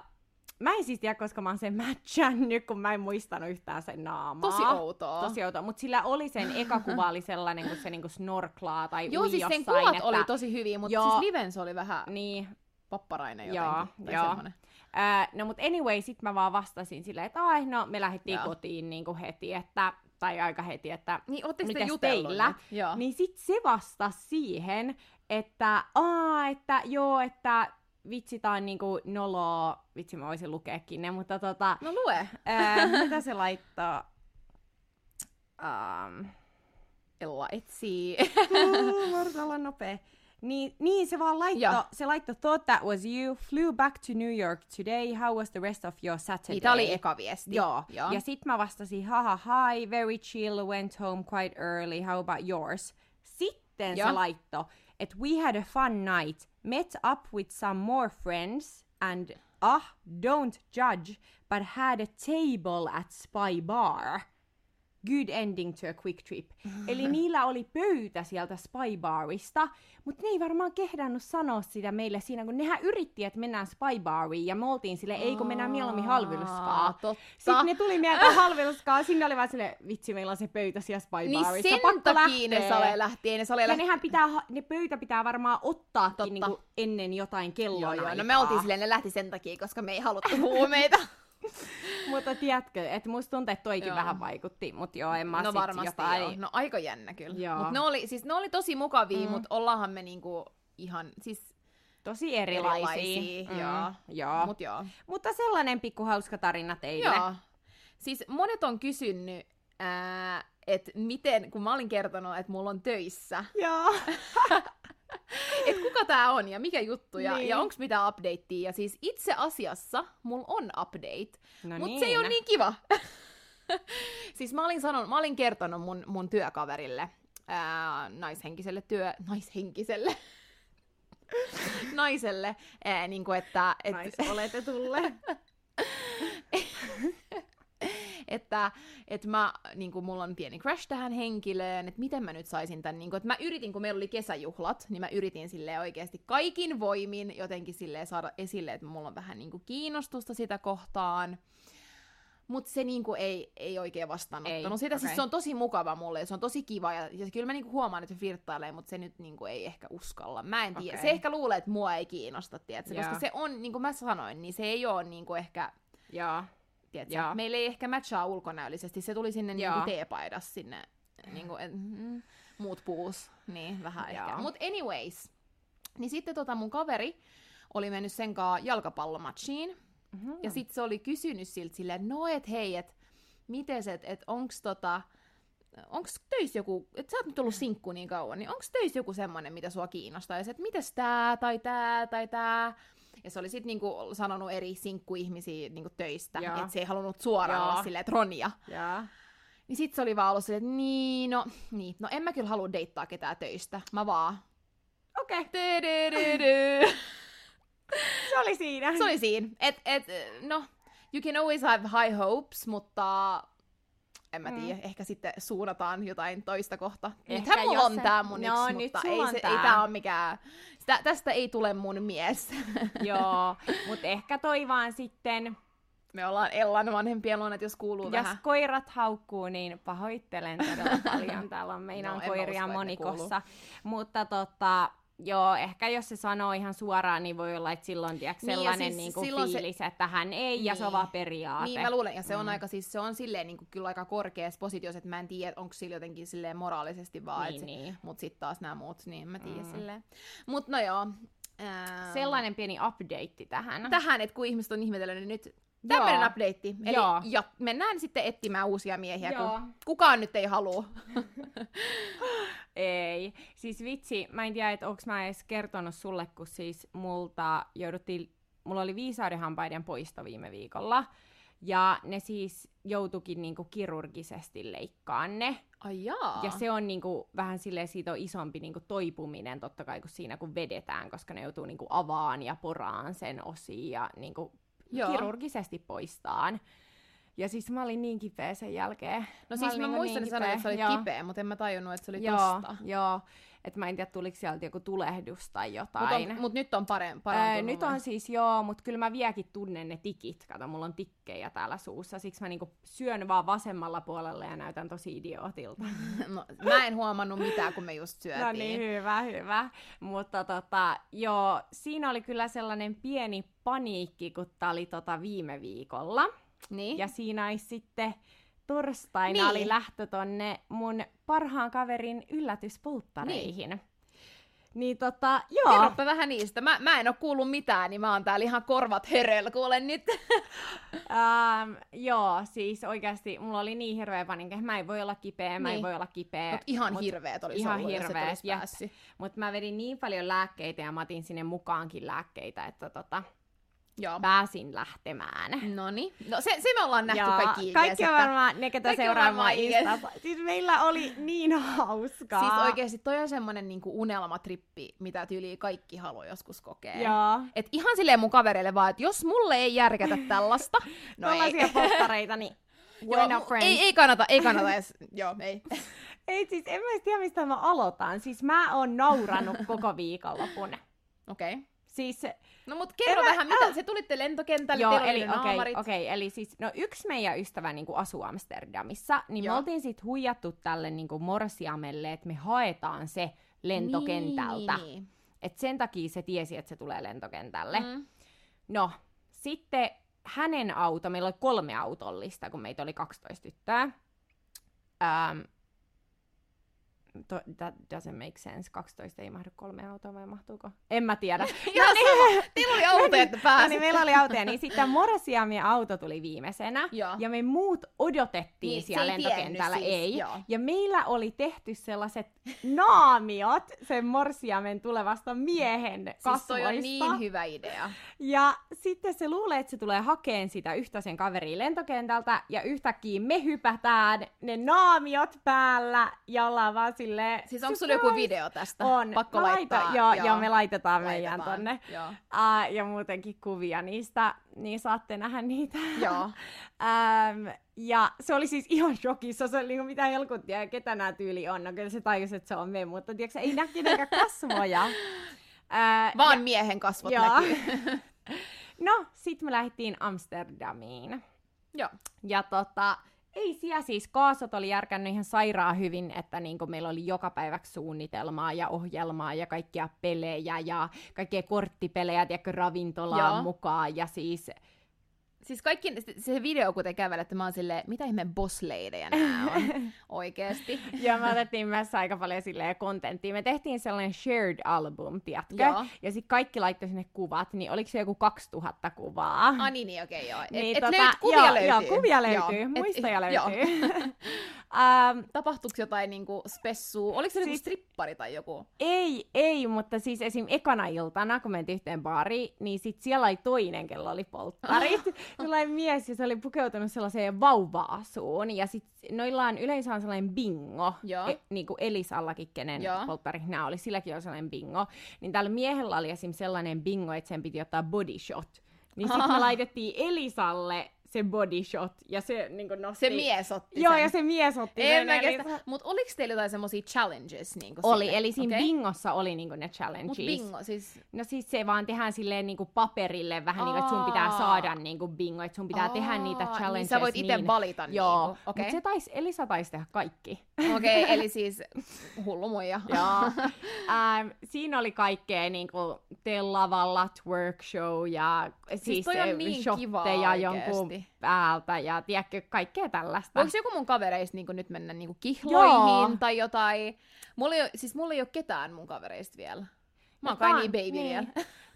S2: mä en siis tiedä, koska mä oon sen matchannut, kun mä en muistanut yhtään sen naamaa.
S1: Tosi outoa.
S2: Tosi outoa, mutta sillä oli sen eka kuva oli sellainen, kun se niinku snorklaa tai
S1: Joo,
S2: ui
S1: siis
S2: jossain,
S1: sen kuvat
S2: että...
S1: oli tosi hyviä, mutta
S2: Joo.
S1: siis liven se oli vähän
S2: Niin,
S1: papparainen
S2: Joo,
S1: jotenkin. tai
S2: joo.
S1: semmonen.
S2: Äh, no mut anyway, sit mä vaan vastasin silleen, että ai no me lähdettiin
S1: Joo.
S2: kotiin niinku heti, että, tai aika heti, että
S1: Niin, ootteko te
S2: Mitäs
S1: jutellut?
S2: teillä?
S1: nyt? Joo.
S2: niin sit se vastasi siihen, että aa, että joo, että vitsi tää on niinku noloa, vitsi mä voisin lukeekin ne, mutta tota,
S1: No lue.
S2: ää, mitä se laittaa? Um,
S1: Ella etsii.
S2: Voidaan olla nopea. Niin, niin se vaan laitto,
S1: Joo.
S2: se laitto thought that was you, flew back to New York today, how was the rest of your Saturday?
S1: Niitä oli eka viesti.
S2: Joo.
S1: Joo.
S2: Ja sit mä vastasin, haha, hi, very chill, went home quite early, how about yours? Sitten se
S1: Joo.
S2: laitto, että we had a fun night, met up with some more friends, and ah, don't judge, but had a table at Spy Bar. Good ending to a quick trip. Eli niillä oli pöytä sieltä Spy Barista, mutta ne ei varmaan kehdannut sanoa sitä meille siinä, kun nehän yritti, että mennään Spy Bariin, ja me oltiin sille, ei kun mennään mieluummin halvilskaa.
S1: Aa, Totta.
S2: Sitten ne tuli mieltä halvilskaa, sinne oli vaan silleen, vitsi, meillä on se pöytä siellä Spy
S1: niin
S2: Barissa,
S1: sen
S2: pakko
S1: takia
S2: lähteä.
S1: ne sale lähti. Ei ne sale
S2: ja
S1: lähti.
S2: nehän pitää, ha- ne pöytä pitää varmaan ottaakin
S1: Totta.
S2: niinku ennen jotain
S1: Joo,
S2: kelloa.
S1: joo. No me oltiin silleen, ne lähti sen takia, koska me ei haluttu huumeita.
S2: Mutta tiedätkö, että musta tuntuu, että toikin
S1: Joo.
S2: vähän vaikutti, mutta joo, en mä
S1: no
S2: sit
S1: varmasti
S2: jotain.
S1: joo. No aika jännä
S2: Joo.
S1: kyllä. Mut ne oli, siis ne oli tosi mukavia,
S2: Mm.
S1: mm. mutta ollaanhan me niinku ihan, siis,
S2: Tosi erilaisia. Mm,
S1: Erilaisia, joo.
S2: joo. Mut,
S1: mut joo.
S2: mutta sellainen pikku hauska tarina teille.
S1: Joo. Siis monet on kysynyt, ää, että miten, kun mä olin kertonut, että mulla on töissä,
S2: Joo.
S1: että kuka tää on ja mikä juttu ja,
S2: Niin.
S1: ja onks mitä updatea. Ja siis itse asiassa mulla on update,
S2: No
S1: mutta
S2: niin.
S1: se ei ole niin kiva. siis mä olin, sanon, mä olin kertonut mun, mun työkaverille, ää, naishenkiselle työ... Naishenkiselle? naiselle, ää, niin kuin että, et,
S2: Naisoletetulle.
S1: että, että mä, niin kuin mulla on pieni crash tähän henkilöön, että miten mä nyt saisin tämän, niin kuin, että mä yritin, kun meillä oli kesäjuhlat, niin mä yritin sille oikeasti kaikin voimin jotenkin sille saada esille, että mulla on vähän niin kuin kiinnostusta sitä kohtaan. Mutta se niinku ei, ei oikein vastaanottanut
S2: Ei,
S1: ei, sitä. Okay.
S2: okei.
S1: Siis se on tosi mukava mulle ja se on tosi kiva. Ja, ja kyllä mä niinku huomaan, että se flirttailee, mutta se nyt niinku ei ehkä uskalla. Mä en tiedä.
S2: Okei.
S1: Okay. Se ehkä luulee, että mua ei kiinnosta, tiedätkö?
S2: Joo.
S1: Koska se on, niin kuin mä sanoin, niin se ei ole niinku ehkä
S2: Joo.
S1: Tiedätkö?
S2: Joo.
S1: Meillä ei ehkä matchaa ulkonäöllisesti. Se tuli sinne
S2: Joo.
S1: niinku teepaidas sinne. Niinku, et, mm, muut puus. Niin, vähän
S2: Joo.
S1: ehkä. Mut anyways. Niin sitten tota mun kaveri oli mennyt sen kanssa jalkapallomatchiin.
S2: Mhm.
S1: Ja sit se oli kysynyt siltä silleen, no et hei, et miten se, että onks tota, onks töissä joku, että sä oot nyt ollut sinkku niin kauan, niin onks töissä joku semmonen, mitä sua kiinnostaa? Ja se, että mites tää, tai tää, tai tää. Ja se oli sitten niinku sanonut eri sinkkuihmisiä niinku töistä,
S2: Joo.
S1: että se ei halunnut suoraan
S2: Joo.
S1: olla silleen, että Ronja.
S2: Jaa.
S1: Niin sit se oli vaan ollut silleen, että niin, no, niin. no en mä kyllä halua deittaa ketään töistä. Mä vaan.
S2: Okei, okay,
S1: Tö-dö-dö-dö.
S2: se oli siinä.
S1: Se oli siinä. Et, et, no, you can always have high hopes, mutta en mä
S2: Mm.
S1: tiedä, ehkä sitten suunnataan jotain toista kohta.
S2: Ehkä
S1: Nythän mulla
S2: jos
S1: on
S2: se-
S1: tää mun
S2: No,
S1: yksi,
S2: nyt
S1: mutta
S2: sulla
S1: ei,
S2: on
S1: se,
S2: tää.
S1: ei tää on mikään, sitä, tästä ei tule mun mies.
S2: Joo, mutta ehkä toi vaan sitten,
S1: Me ollaan Ellan vanhempien luona, että jos kuuluu
S2: jos
S1: vähän. Niin,
S2: koirat haukkuu, niin pahoittelen todella paljon. Täällä on
S1: No,
S2: meidän
S1: en mä
S2: no, koiria
S1: usko, että ne
S2: monikossa. Mutta tota, joo, ehkä jos se sanoo ihan suoraan, niin voi olla, että silloin tiedätkö,
S1: Niin, ja
S2: sellainen
S1: siis
S2: niin, niinku
S1: silloin se-
S2: fiilis, se... että hän ei, ja se on
S1: Niin.
S2: vaan periaate.
S1: Niin mä luulen, ja se on
S2: Mm.
S1: aika siis, se on silleen niin kuin, kyllä aika korkeassa positiossa, että mä en tiedä, onko sillä jotenkin silleen moraalisesti vaan,
S2: niin,
S1: että se,
S2: niin.
S1: mut sit taas nämä muut, niin en mä tiedä
S2: Mm.
S1: silleen. Mut no joo. Ähm,
S2: Sellainen pieni update tähän.
S1: tähän, että kun ihmiset on ihmetellyt, niin nyt
S2: Joo.
S1: tämmöinen update. Eli
S2: Joo.
S1: ja, mennään sitten etsimään uusia miehiä,
S2: Joo.
S1: kun kukaan nyt ei halua.
S2: Ei. Siis vitsi, mä en tiedä, että onko mä edes kertonut sulle, kun siis multa jouduttiin, mulla oli viisaudenhampaiden poisto viime viikolla. Ja ne siis joutukin niinku kirurgisesti leikkaan ne.
S1: Ai jaa.
S2: Ja se on niinku vähän silleen, siitä on isompi niinku toipuminen totta kai kuin siinä, kun vedetään, koska ne joutuu niinku avaan ja poraan sen osiin ja niinku
S1: Joo.
S2: kirurgisesti poistaan. Ja siis mä olin niin kipeä sen jälkeen.
S1: No siis mä,
S2: olin niinku
S1: muistan, että sanoit, että sä olit
S2: Joo.
S1: kipeä, mutta en mä tajunnut, että se oli
S2: joo,
S1: tosta.
S2: Joo, että mä en tiedä tuliko sieltä joku tulehdus tai jotain.
S1: Mutta mut nyt on parempi.
S2: Öö, nyt on siis joo, mutta kyllä mä vieläkin tunnen ne tikit. Kato, mulla on tikkejä täällä suussa, siksi mä niinku syön vaan vasemmalla puolella ja näytän tosi idiootilta.
S1: No, mä en huomannut mitään, kun me just syötiin.
S2: no niin, hyvä, hyvä. Mutta tota, joo, siinä oli kyllä sellainen pieni paniikki, kun tää oli tota viime viikolla.
S1: niin?
S2: Ja siinä ei sitten torstaina niin.
S1: Niin.
S2: oli lähtö tonne mun parhaan kaverin yllätyspolttareihin. Niin. Niin tota, joo.
S1: Kerropa vähän niistä. Mä, mä en oo kuullut mitään, niin mä oon täällä ihan korvat höröllä kuulen nyt.
S2: Ähm, joo, siis oikeasti mulla oli niin hirveä panikki. Mä en voi olla kipeä, mä en
S1: Niin.
S2: voi olla kipeä.
S1: Mut ihan
S2: mut,
S1: hirveet olisi
S2: ihan
S1: ollut, jos et
S2: hirveet,
S1: olisi
S2: jep.
S1: päässyt.
S2: mut mä vedin niin paljon lääkkeitä ja mä otin sinne mukaankin lääkkeitä, että tota,
S1: Joo.
S2: pääsin lähtemään.
S1: Noni. No se, se me ollaan nähty kaikki
S2: kaikki on
S1: IG:ssä, että-
S2: varmaan ne, ketä
S1: Kaikki on
S2: seuraa mua
S1: varmaan IG:ssä.
S2: Instassa. Siis meillä oli niin hauskaa.
S1: Siis oikeesti toi on semmonen niinku unelmatrippi, mitä tyyli kaikki haluaa joskus kokea.
S2: Joo.
S1: Et ihan silleen mun kavereille vaan, että jos mulle ei järkätä tällaista,
S2: No
S1: no ei.
S2: Tollaisia postareita, niin
S1: Joo,
S2: we're not
S1: mu-
S2: friends.
S1: ei, ei kannata, ei kannata edes. Joo, ei.
S2: ei, siis en mä edes tiedä, mistä mä aloitan. Siis mä oon nauranut koko viikonlopun.
S1: Okei. Okay.
S2: Siis
S1: No mut kerro
S2: En mä-
S1: vähän, mitä se tulitte lentokentälle, Joo, teillä oli
S2: eli,
S1: ne
S2: okei,
S1: naamarit.
S2: okei, eli siis, no yksi meidän ystävä niin asuu Amsterdamissa, niin Joo. me
S1: Joo.
S2: oltiin sit huijattu tälle niin morsiamelle, että me haetaan se lentokentältä. Niin.
S1: Niin,
S2: Et sen takia se tiesi, että se tulee lentokentälle.
S1: niin.
S2: Mm.
S1: Mm.
S2: No, sitten hänen auto, meillä oli kolme autollista, kun meitä oli 12 tyttöä. Ähm, to, that doesn't make sense. 12 ei mahdu kolme autoa vai mahtuuko? En mä tiedä.
S1: Ihan sama. Teillä oli auto, että
S2: niin. No
S1: pääsit.
S2: niin, meillä oli autoja, niin sitten morsiamien auto tuli viimeisenä.
S1: Joo.
S2: Ja me muut odotettiin
S1: Niin,
S2: niin,
S1: se
S2: siellä
S1: ei tiennyt
S2: lentokentällä,
S1: siis,
S2: ei.
S1: joo.
S2: Ja meillä oli tehty sellaiset naamiot sen morsiamen tulevasta miehen
S1: Siis
S2: kasvoista.
S1: toi on niin hyvä idea.
S2: Ja sitten se luulee, että se tulee hakeen sitä yhtä sen kaveria lentokentältä, ja yhtäkkiä me hypätään ne naamiot päällä, ja ollaan vaan silleen...
S1: Siis onko sulla joku
S2: "Surprise!"
S1: video tästä?
S2: On.
S1: Pakko
S2: Mä
S1: laittaa.
S2: Laitan, joo, joo, ja me laitetaan, meidän
S1: Laitetaan.
S2: tonne.
S1: Joo.
S2: Uh, ja muutenkin kuvia niistä, niin saatte nähdä niitä.
S1: Joo.
S2: Ähm, ja se oli siis ihan shokissa, se oli niinku mitä helkuttia ja ketä nämä tyyli on. No kyllä se tajus, että se on me, mutta tiedätkö, se ei näkynyt eikä kasvoja. Äh,
S1: Vaan miehen kasvot
S2: joo.
S1: näkyy.
S2: no, sitten me lähdettiin Amsterdamiin.
S1: Joo.
S2: Ja tota, ei siellä siis kaasot oli järkännyt ihan sairaan hyvin, että niinku meillä oli joka päiväksi suunnitelmaa ja ohjelmaa ja kaikkia pelejä ja kaikkia korttipelejä, tiedätkö, ravintolaan
S1: Joo.
S2: mukaan ja siis
S1: Siis kaikki, se- se video kun te kävelette, mä oon silleen, mitä ihmeen bossleidejä nämä on oikeesti.
S2: ja me otettiin myös aika paljon silleen kontenttia. Me tehtiin sellainen shared album, tiedätkö?
S1: Joo.
S2: Ja sitten kaikki laittoi sinne kuvat, niin oliko se joku 2000 kuvaa?
S1: Ah niin, niin okei, joo. Et,
S2: Niin,
S1: et löyt, kuvia
S2: joo,
S1: löytyy.
S2: Joo, kuvia löytyy,
S1: Joo, et-
S2: muistoja
S1: joo.
S2: löytyy. um,
S1: Tapahtuuko jotain niinku spessua? Oliko se niinku
S2: Siis-
S1: strippari tai joku?
S2: ei, ei, mutta siis esim. ekana iltana, kun mentiin yhteen baariin, niin sit siellä oli toinen, kello oli polttarit. Sellainen mies, ja se oli pukeutunut sellaiseen vauva-asuun. Ja sit noilla on yleensä on sellainen bingo,
S1: Joo.
S2: niin kuin Elisallakin, kenen
S1: Joo.
S2: polttarit nämä oli, silläkin on sellainen bingo. Niin tällä miehellä oli esim. sellainen bingo, että sen piti ottaa body shot. Niin sitten me
S1: Ah.
S2: laitettiin Elisalle se body shot, ja se niin kuin nosti...
S1: Se mies otti
S2: Joo,
S1: sen.
S2: ja se mies otti
S1: En
S2: sen.
S1: mä
S2: eli-
S1: kestä. Mut oliks teillä jotain semmosia challenges? Niinku
S2: Oli,
S1: sille?
S2: eli siinä
S1: Okei.
S2: bingossa oli niinku ne
S1: Mut
S2: challenges.
S1: bingo, siis...
S2: No siis se vaan tehdään silleen niinku paperille vähän niinku, että sun pitää
S1: Aa.
S2: saada niinku bingo, että sun pitää tehdä niitä
S1: Aa,
S2: challenges.
S1: Niin sä voit itse valita
S2: Joo,
S1: niinku.
S2: okay.
S1: Okei,
S2: mutta se tais, Elisa taisi tehdä kaikki.
S1: Okei, eli siis hullu muija.
S2: Ähm, siinä oli kaikkea niinku tee lava lat workshow ja siis,
S1: toi on
S2: eh,
S1: niin
S2: shotteja
S1: kivaa
S2: jonkun
S1: oikeesti.
S2: päältä ja tiedätkö, kaikkea tällaista.
S1: Voiko joku mun kavereista niinku nyt mennä niinku kihloihin
S2: Joo.
S1: Joo. tai jotain? Mulla ei, oo- siis mulla ei ole ketään mun kavereista vielä. Mä
S2: No
S1: oon kai
S2: tää-
S1: niin baby
S2: niin.
S1: vielä.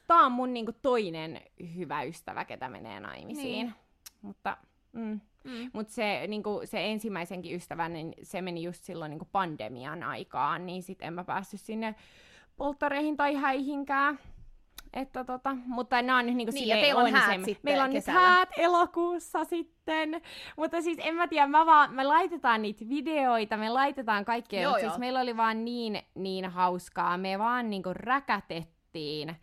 S2: Tää on mun niinku toinen hyvä ystävä, ketä menee naimisiin.
S1: Niin.
S2: Mutta mm.
S1: Mm.
S2: Mutta se, niinku, se ensimmäisenkin ystävän, niin se meni just silloin niinku pandemian aikaan, niin sitten en mä päässyt sinne polttareihin tai häihinkään. Että tota, mutta nämä on nyt niinku
S1: Niin,
S2: silleen
S1: ja teillä on häät
S2: onnisem-
S1: sitten
S2: Meillä on
S1: kesällä.
S2: nyt häät elokuussa sitten. Mutta siis en mä tiedä, mä vaan, me laitetaan niitä videoita, me laitetaan kaikkea.
S1: Joo,
S2: Joo,
S1: joo.
S2: siis meillä oli vaan niin, niin hauskaa. Me vaan niinku räkätettiin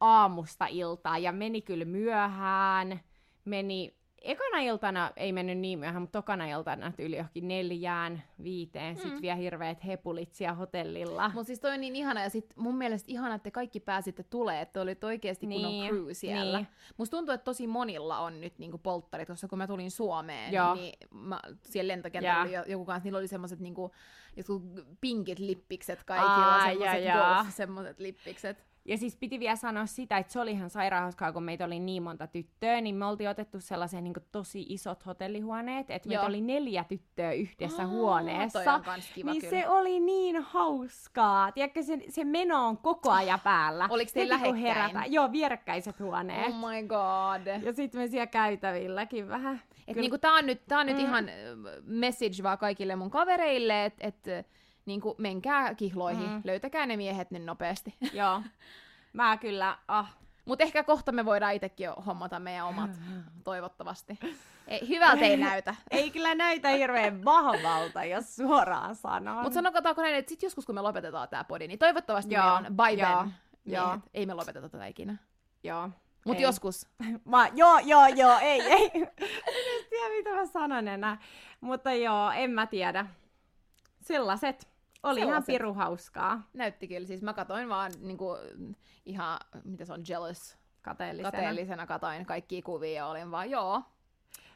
S2: aamusta iltaan ja meni kyllä myöhään. Meni, ekana iltana ei mennyt niin myöhään, mutta tokana iltana yli johonkin neljään, viiteen, mm.
S1: Mm.
S2: sit vielä hirveet hepulit siellä hotellilla.
S1: Mut siis toi on niin ihana ja sit mun mielestä ihana, että te kaikki pääsitte tulee, että oli oikeesti niin. kunnon
S2: Niin,
S1: crew siellä.
S2: niin.
S1: Niin. Musta tuntuu, että tosi monilla on nyt niinku polttarit, koska kun mä tulin Suomeen,
S2: Joo.
S1: Joo. niin mä, siellä lentokentällä
S2: Jaa.
S1: oli jo- joku kanssa, niillä oli semmoset niinku, jotkut pinkit lippikset kaikilla,
S2: Ai,
S1: semmoset
S2: jaa, jaa.
S1: golf, semmoset lippikset.
S2: Ja siis piti vielä sanoa sitä, että se oli ihan sairaan hauskaa, kun meitä oli niin monta tyttöä, niin me oltiin otettu sellaisen niin tosi isot hotellihuoneet, että meitä
S1: Joo.
S2: oli neljä tyttöä yhdessä
S1: Aa,
S2: huoneessa.
S1: Toi on kans kiva
S2: niin
S1: kyllä.
S2: se oli niin hauskaa. Tiedätkö, se, se meno on koko ajan päällä.
S1: Oliks teillä
S2: Heti kun
S1: lähekkäin?
S2: herätään- Joo, vierekkäiset huoneet.
S1: Oh my god.
S2: Ja sitten me siellä käytävilläkin vähän.
S1: Et
S2: Kyllä.
S1: niinku tää on nyt, tää on nyt
S2: Mm.
S1: mm. ihan ö, message vaan kaikille mun kavereille, että et, ö, niinku menkää kihloihin,
S2: Mm.
S1: mm. löytäkää ne miehet nyt nopeasti.
S2: Joo. Mä kyllä, ah.
S1: Mut ehkä kohta me voidaan itsekin jo hommata meidän omat, toivottavasti. Ei, hyvältä ei näytä.
S2: Mm. Ei kyllä näytä hirveän vahvalta, jos suoraan sanon.
S1: Mut sanotaanko näin, että sit joskus kun me lopetetaan tää podi, niin toivottavasti
S2: Joo,
S1: meillä on by
S2: joo,
S1: then
S2: joo.
S1: miehet. Ei me lopeteta tätä ikinä.
S2: Joo.
S1: Mut
S2: Ei.
S1: joskus.
S2: Mä, joo, joo, joo, ei, ei. Mä en edes tiedä, mitä mä sanon enää. Mutta joo, en mä tiedä. Sellaiset. Oli ihan
S1: Sellaiset.
S2: piru hauskaa.
S1: Näytti kyllä, siis mä katoin vaan niinku, mm, ihan, mitä se on, jealous.
S2: Kateellisena.
S1: Kateellisena katoin kaikki kuvia ja olin vaan, joo,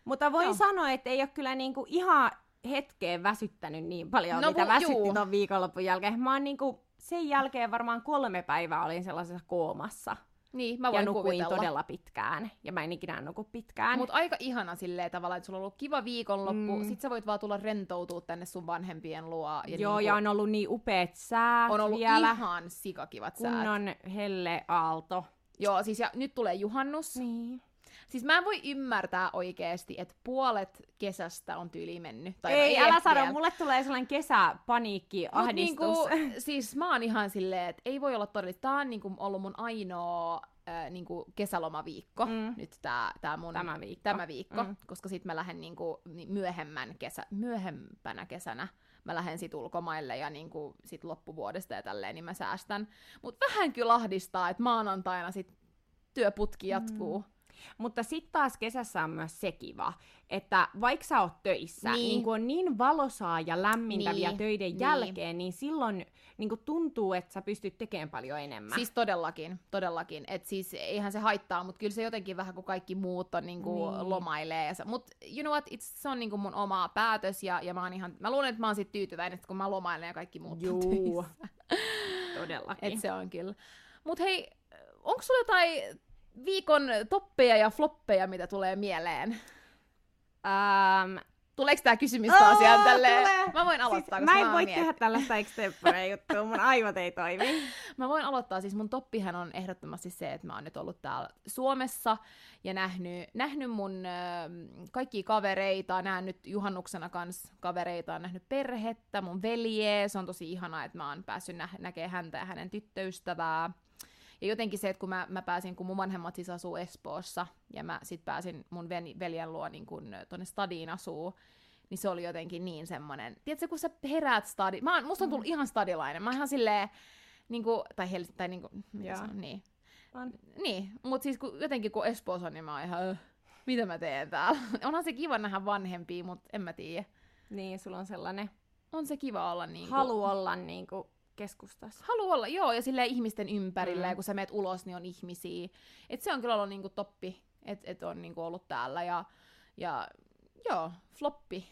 S2: Mutta voi
S1: Joo.
S2: sanoa, että ei ole kyllä niinku ihan hetkeen väsyttänyt niin paljon, no,
S1: No
S2: mitä
S1: vu-
S2: väsytti
S1: juu.
S2: ton viikonlopun jälkeen. Mä oon niinku, sen jälkeen varmaan kolme päivää olin sellaisessa koomassa.
S1: Niin, mä
S2: ja
S1: voin
S2: nukuin
S1: kuvitella.
S2: todella pitkään. Ja mä en ikinä nuku pitkään.
S1: Mutta aika ihana silleen tavallaan, että sulla on ollut kiva viikonloppu,
S2: Mm.
S1: mm. sit sä voit vaan tulla rentoutua tänne sun vanhempien luo. Ja
S2: Joo,
S1: niinku,
S2: ja on ollut niin upeat säät
S1: on ollut
S2: vielä.
S1: ihan sikakivat säät.
S2: kunnon helleaalto.
S1: Joo, siis ja nyt tulee juhannus. Niin.
S2: Niin.
S1: Siis mä en voi ymmärtää oikeesti, että puolet kesästä on tyyli mennyt. Tai no
S2: ei,
S1: ehkä
S2: älä sano,
S1: vielä.
S2: mulle tulee sellainen kesäpaniikki,
S1: Mut
S2: ahdistus.
S1: Niinku, siis mä oon ihan silleen, että ei voi olla todellista. Tää on niinku ollut mun ainoa äh, niinku kesälomaviikko.
S2: Mm.
S1: Mm. Nyt tää, tää mun
S2: Tämä viikko.
S1: Tämä viikko
S2: Mm.
S1: mm. koska sit mä lähden niinku ni- myöhemmän kesä, myöhempänä kesänä mä lähden sit ulkomaille ja niinku sit loppuvuodesta ja tälleen, niin mä säästän. Mut vähän kyllä ahdistaa, että maanantaina sit työputki jatkuu. Mm.
S2: Mutta sitten taas kesässä on myös se kiva, että vaikka sä oot töissä, niin,
S1: Niin.
S2: niin kun on niin valosaa ja lämmintä niin,
S1: Niin,
S2: vielä töiden niin.
S1: niin.
S2: jälkeen, niin silloin niin kun tuntuu, että sä pystyt tekemään paljon enemmän.
S1: Siis todellakin, todellakin. Et siis eihän se haittaa, mutta kyllä se jotenkin vähän kuin kaikki muut on niinku
S2: Niin.
S1: niin. lomailee. Ja se, mut you know what, it's, se on niinku mun oma päätös ja, ja mä, oon ihan, mä luulen, että mä oon sit tyytyväinen, että kun mä lomailen ja kaikki muut on
S2: Juu.
S1: töissä.
S2: Todellakin.
S1: Et se on kyllä. Mut hei, onko sulla jotain viikon toppeja ja floppeja, mitä tulee mieleen.
S2: Ähm,
S1: Tuleeko tämä kysymys taas
S2: Oo,
S1: ihan tälleen?
S2: tulee.
S1: Mä voin aloittaa,
S2: siis,
S1: koska
S2: mä en
S1: oon
S2: voi
S1: miet-
S2: tehdä tällaista extempore juttua, mun aivot ei toimi.
S1: Mä voin aloittaa, siis mun toppihan on ehdottomasti se, että mä oon nyt ollut täällä Suomessa ja nähnyt, nähnyt mun ö, kaikki kavereita, nähnyt juhannuksena kans kavereita, oon nähnyt perhettä, mun veljeä, se on tosi ihanaa, että mä oon päässyt nä- näkemään häntä ja hänen tyttöystävää. Ja jotenkin se, että kun mä, mä pääsin, kun mun vanhemmat siis asuu Espoossa, ja mä sit pääsin mun ven- veljen luo niin kun ö, tonne stadiin asuu, niin se oli jotenkin niin semmonen, tiedätkö, kun sä heräät stadi, mä oon, musta on tullut ihan stadilainen, mä oon ihan silleen, niin kuin, tai, hel- tai niin kuin,
S2: Joo.
S1: niin.
S2: On.
S1: Niin, mutta siis kun, jotenkin kun Espoossa on, niin mä oon ihan, "Öh, mitä mä teen täällä? Onhan se kiva nähdä vanhempia, mutta en mä tiedä.
S2: Niin, sulla on sellainen
S1: On se kiva olla niin
S2: niin halu olla niin kuin, keskustassa.
S1: Halu olla, joo, ja silleen ihmisten ympärillä,
S2: Mm.
S1: mm. ja kun sä meet ulos, niin on ihmisiä. Et se on kyllä ollut niinku toppi, että et on niinku ollut täällä, ja, ja joo, floppi.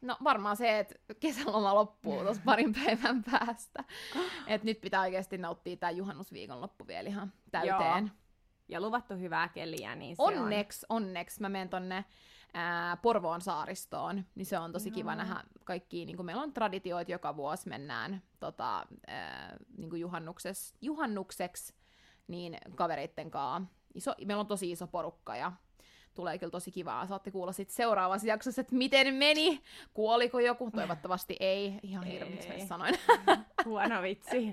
S1: No varmaan se, että kesäloma loppuu tuossa parin päivän päästä. Et nyt pitää oikeasti nauttia tää juhannusviikon loppu vielä ihan täyteen. Joo.
S2: Ja luvattu hyvää keliä, niin se
S1: Onneksi, onneksi mä menen tonne ää, Porvoon saaristoon, niin se on tosi kiva
S2: Joo.
S1: nähdä kaikki, niin kuin meillä on traditioit joka vuosi mennään tota, ää, niin kuin juhannukses, juhannukseksi niin kavereitten kanssa. Iso, meillä on tosi iso porukka ja tulee kyllä tosi kivaa. Saatte kuulla sitten seuraavassa jaksossa, että miten meni, kuoliko joku, toivottavasti ei. Ihan
S2: Ei.
S1: hirveästi mä sanoin.
S2: on huono vitsi.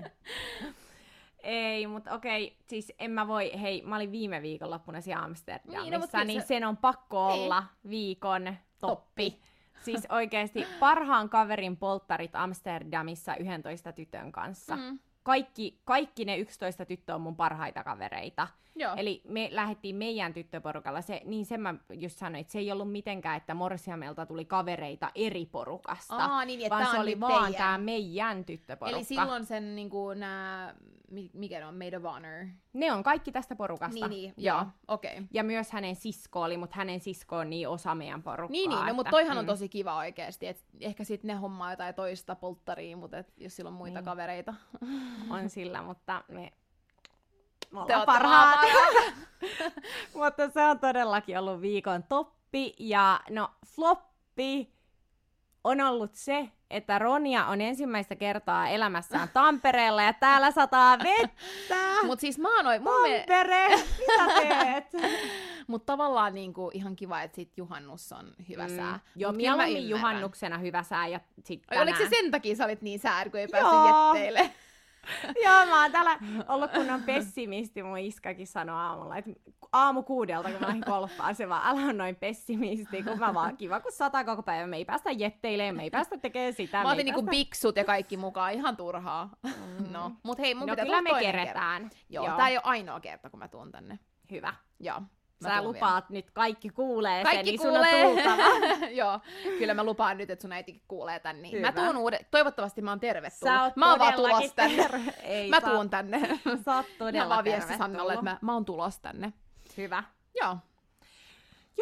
S2: Ei, mutta okei, siis en mä voi, hei, mä olin viime viikonloppuna siellä
S1: Niin, no, mut
S2: Amsterdamissa,
S1: kyllä
S2: niin, niin
S1: se-
S2: sen on pakko
S1: Niin.
S2: olla viikon toppi.
S1: Toppi.
S2: Siis oikeesti parhaan kaverin polttarit Amsterdamissa 11 tytön kanssa. Mm.
S1: Mm,
S2: Kaikki, kaikki ne 11 tyttöä on mun parhaita kavereita.
S1: joo.
S2: Eli me lähdettiin meidän tyttöporukalla, se, niin sen mä just sanoin, että se ei ollut mitenkään, että morsiamelta tuli kavereita eri porukasta,
S1: Aa, niin, niin, että
S2: vaan
S1: tää
S2: se
S1: on
S2: oli
S1: nyt
S2: vaan
S1: teidän.
S2: tämä meidän tyttöporukka.
S1: Eli silloin sen niinku nää, mi- mikä ne on, Maid of Honor.
S2: Ne on kaikki tästä porukasta.
S1: Niin, niin, joo, okei.
S2: Ja myös hänen sisko oli, mutta hänen sisko on niin osa meidän porukkaa.
S1: Niin, niin, no, mutta
S2: että-
S1: toihan on
S2: mm.
S1: tosi kiva oikeesti, et ehkä sit ne hommaa jotain toista polttaria, mutta et jos sillä on muita
S2: Niin.
S1: niin. kavereita.
S2: on sillä, mutta me, me
S1: Te
S2: ollaan
S1: ootte
S2: parhaat.
S1: vaan parhaat.
S2: mutta se on todellakin ollut viikon toppi. Ja no floppi on ollut se, että Ronja on ensimmäistä kertaa elämässään Tampereella ja täällä sataa vettä.
S1: Mut siis mä oon, oi- mun me,
S2: Tampere, mitä teet?
S1: mut tavallaan niinku ihan kiva, että sit juhannus on hyvä mm. sää.
S2: Joo,
S1: Mut kyllä mä
S2: mieluummin
S1: ymmärrän.
S2: juhannuksena hyvä sää ja sitten
S1: Ai, oliko se sen takia sä olit niin sääri, kun ei päässyt
S2: Joo.
S1: jetteille?
S2: Joo, mä oon täällä ollut kunnon pessimisti, mun iskakin sanoi aamulla, että aamu kuudelta, kun mä lähdin golfaan, se vaan, älä ole noin pessimisti, kun mä vaan kiva, kun sataa koko päivä, me ei päästä jetteilemään, me ei päästä tekemään sitä.
S1: Mä
S2: me ei
S1: otin niinku
S2: päästä...
S1: biksut ja kaikki mukaan, ihan turhaa. No, mut hei, mun
S2: No
S1: pitää
S2: kyllä
S1: tulla
S2: me
S1: toinen kerta.
S2: keretään.
S1: Joo, tää ei ole ainoa kerta, kun mä tuun tänne.
S2: Hyvä.
S1: Joo. mä
S2: Sä
S1: tuun vielä.
S2: lupaat nyt, kaikki kuulee sen,
S1: Kaikki
S2: niin sun on
S1: kuulee.
S2: tultava.
S1: Joo, kyllä mä lupaan nyt, että sun äitikin kuulee tän. Niin
S2: Hyvä.
S1: mä tuun uudet, toivottavasti mä oon tervetullut.
S2: Sä oot
S1: mä oon vaan
S2: todellakin
S1: tulos tänne.
S2: terve- Ei,
S1: Mä
S2: sä-
S1: tuun tänne.
S2: Sä oot
S1: Mä
S2: todella
S1: vaan viesti
S2: tervetullut.
S1: Sannalle, että mä, mä oon tulos tänne.
S2: Hyvä.
S1: Joo.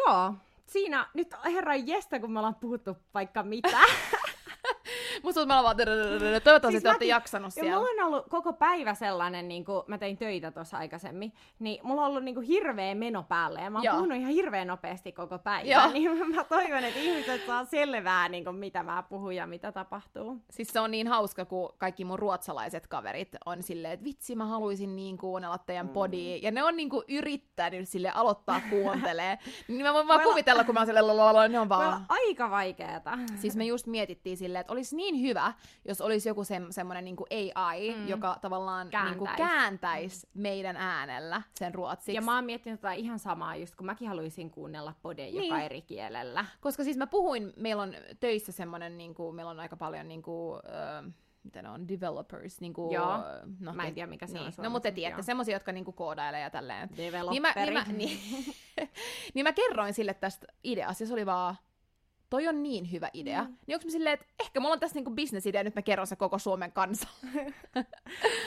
S2: Joo, siinä nyt herran jestä, kun me ollaan puhuttu vaikka mitä.
S1: Musta tuntuu, että mä oon vaan... Toivottavasti
S2: Siis
S1: te olette
S2: mäkin-
S1: jaksanut
S2: Ja
S1: siellä.
S2: mulla on ollut koko päivä sellainen, niin kuin, mä tein töitä tuossa aikaisemmin, niin mulla on ollut niin kuin, hirveä meno päälle ja mä oon
S1: Joo.
S2: puhunut ihan hirveän nopeasti koko päivän.
S1: Joo.
S2: Niin mä toivon, että ihmiset saa selvää, niin kuin, mitä mä puhun ja mitä tapahtuu.
S1: Siis se on niin hauska, kun kaikki mun ruotsalaiset kaverit on silleen, että vitsi mä haluaisin niin kuunnella teidän mm. podia. Ja ne on niinku yrittänyt sille aloittaa kuuntelee. niin mä voin vaan
S2: Voi olla-
S1: kuvitella, kun mä oon silleen lalalala, ne on
S2: Voi
S1: vaan...
S2: olla aika vaikeeta.
S1: Siis me just mietittiin silleen, että olisi niin hyvä, jos olisi joku se, semmoinen niin AI,
S2: Mm.
S1: mm. joka tavallaan kääntäisi niin
S2: Kääntäis.
S1: kääntäis meidän äänellä sen ruotsiksi.
S2: Ja mä oon miettinyt tätä ihan samaa, just kun mäkin haluaisin kuunnella podeja niin.
S1: Niin.
S2: joka eri kielellä.
S1: Koska siis mä puhuin, meillä on töissä semmoinen, niin kuin, meillä on aika paljon, niin kuin, äh, mitä ne on, developers. Niin kuin,
S2: Joo.
S1: no,
S2: Mä en
S1: te-
S2: tiedä, mikä se on
S1: niin. No
S2: suomeksi,
S1: mutta te
S2: mut joo.
S1: tiedätte, semmoisia, jotka niin kuin, koodailee ja tälleen. Niin mä,
S2: Developerit.
S1: niin, mä, niin, niin mä kerroin sille tästä ideasta ja se oli vaan, toi on niin hyvä idea.
S2: Mm.
S1: Mm. Niin onks mä silleen, että ehkä mulla on tässä niinku bisnesidea ja nyt mä kerron se koko Suomen kanssa.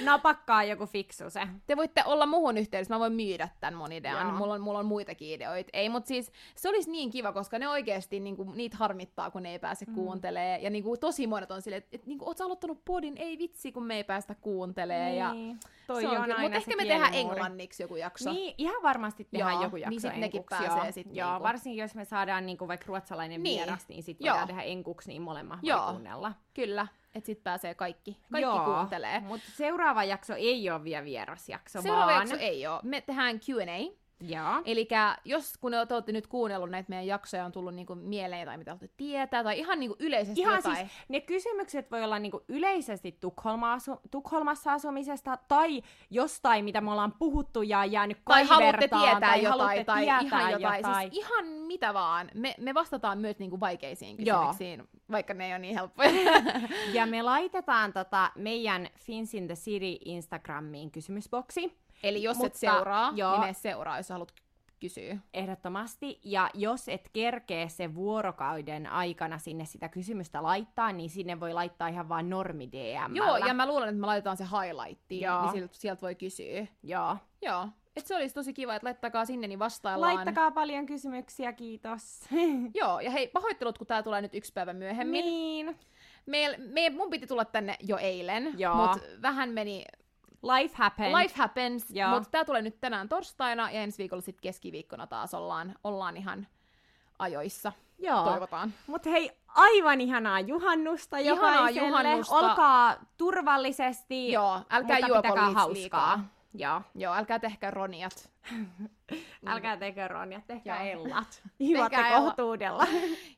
S2: Napakkaa joku fiksu se.
S1: te voitte olla muuhun yhteydessä, mä voin myydä tämän mun
S2: Joo.
S1: idean, niin mulla on, mulla on muitakin ideoita. Ei, mutta siis se olisi niin kiva, koska ne oikeasti niinku, niitä harmittaa, kun ne ei pääse
S2: Mm.
S1: mm. kuuntelee. Ja niinku, tosi monet on silleen, että et, niinku, oot sä aloittanut podin, ei vitsi, kun me ei päästä kuuntelee. Ja
S2: Niin. Toi
S1: se on,
S2: on
S1: kyllä.
S2: aina
S1: Mutta
S2: se
S1: ehkä me
S2: kielimuuri.
S1: tehdään englanniksi joku jakso.
S2: Niin, ihan varmasti tehdään
S1: Joo,
S2: joku jakso
S1: niin sit nekin
S2: enkuksi,
S1: pääsee
S2: joo.
S1: sit
S2: joo,
S1: niinku-
S2: varsinkin jos me saadaan niinku vaikka ruotsalainen
S1: Niin.
S2: niin. vieras, niin sit
S1: Joo.
S2: voidaan tehdä enkuksi, niin molemmat
S1: Joo.
S2: voi kuunnella.
S1: Kyllä, että sit pääsee kaikki, kaikki
S2: Joo,
S1: kuuntelee.
S2: Mutta seuraava jakso ei ole vielä vierasjakso,
S1: Seuraava
S2: vaan...
S1: jakso ei ole. Me tehdään Q&A.
S2: Joo.
S1: Eli jos kun te olette nyt kuunnellut näitä meidän jaksoja, on tullut niinku mieleen tai mitä olette tietää, tai ihan niinku yleisesti
S2: Ihan
S1: jotain.
S2: siis ne kysymykset voi olla niinku yleisesti Tukholma asu- Tukholmassa asumisesta tai jostain, mitä me ollaan puhuttu ja on jäänyt
S1: tai haluatte
S2: kaivertaan,
S1: tietää
S2: tai haluatte
S1: jotain, tai
S2: tietää
S1: ihan jotain.
S2: jotain.
S1: Siis ihan mitä vaan. Me, me vastataan myös niinku vaikeisiin
S2: Joo.
S1: kysymyksiin, vaikka ne ei ole niin helppoja.
S2: Ja me laitetaan tota meidän Fins in the City Instagramiin kysymysboksi
S1: Eli jos Mutta, et
S2: Mutta,
S1: seuraa, joo. niin
S2: joo.
S1: mene seuraa, jos sä haluat kysyä.
S2: ehdottomasti. Ja jos et kerkee sen vuorokauden aikana sinne sitä kysymystä laittaa, niin sinne voi laittaa ihan vaan normi DM.
S1: Joo, ja mä luulen, että me laitetaan se highlightiin,
S2: Joo.
S1: niin sieltä, sieltä voi kysyä.
S2: Joo.
S1: Joo. Et se olisi tosi kiva, että laittakaa sinne, niin vastaillaan.
S2: Laittakaa paljon kysymyksiä, kiitos.
S1: Joo, ja hei, pahoittelut, kun tää tulee nyt yksi päivä myöhemmin.
S2: niin.
S1: Meil, me, mun piti tulla tänne jo eilen,
S2: Joo.
S1: mutta vähän meni,
S2: Life happens.
S1: life happens,
S2: Joo.
S1: mutta tää tulee nyt tänään torstaina ja ensi viikolla sitten keskiviikkona taas ollaan, ollaan ihan ajoissa,
S2: Joo.
S1: toivotaan.
S2: Mutta hei, aivan ihanaa juhannusta
S1: Ihanaa
S2: jokaiselle.
S1: juhannusta.
S2: Olkaa turvallisesti,
S1: Joo, älkää
S2: Niin. mutta
S1: juoko
S2: pitäkää
S1: liikaa.
S2: hauskaa. Joo.
S1: Joo, älkää tehkää roniat.
S2: Älkää tekö Ronja, tehkää
S1: Niin. Joo.
S2: ellat. Juotte
S1: Tehkää ellat.
S2: kohtuudella.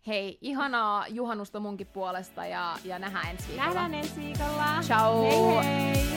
S1: Hei, ihanaa juhannusta munkin puolesta ja, ja nähdään ensi viikolla.
S2: Nähdään ensi viikolla.
S1: Ciao.
S2: Hei hei.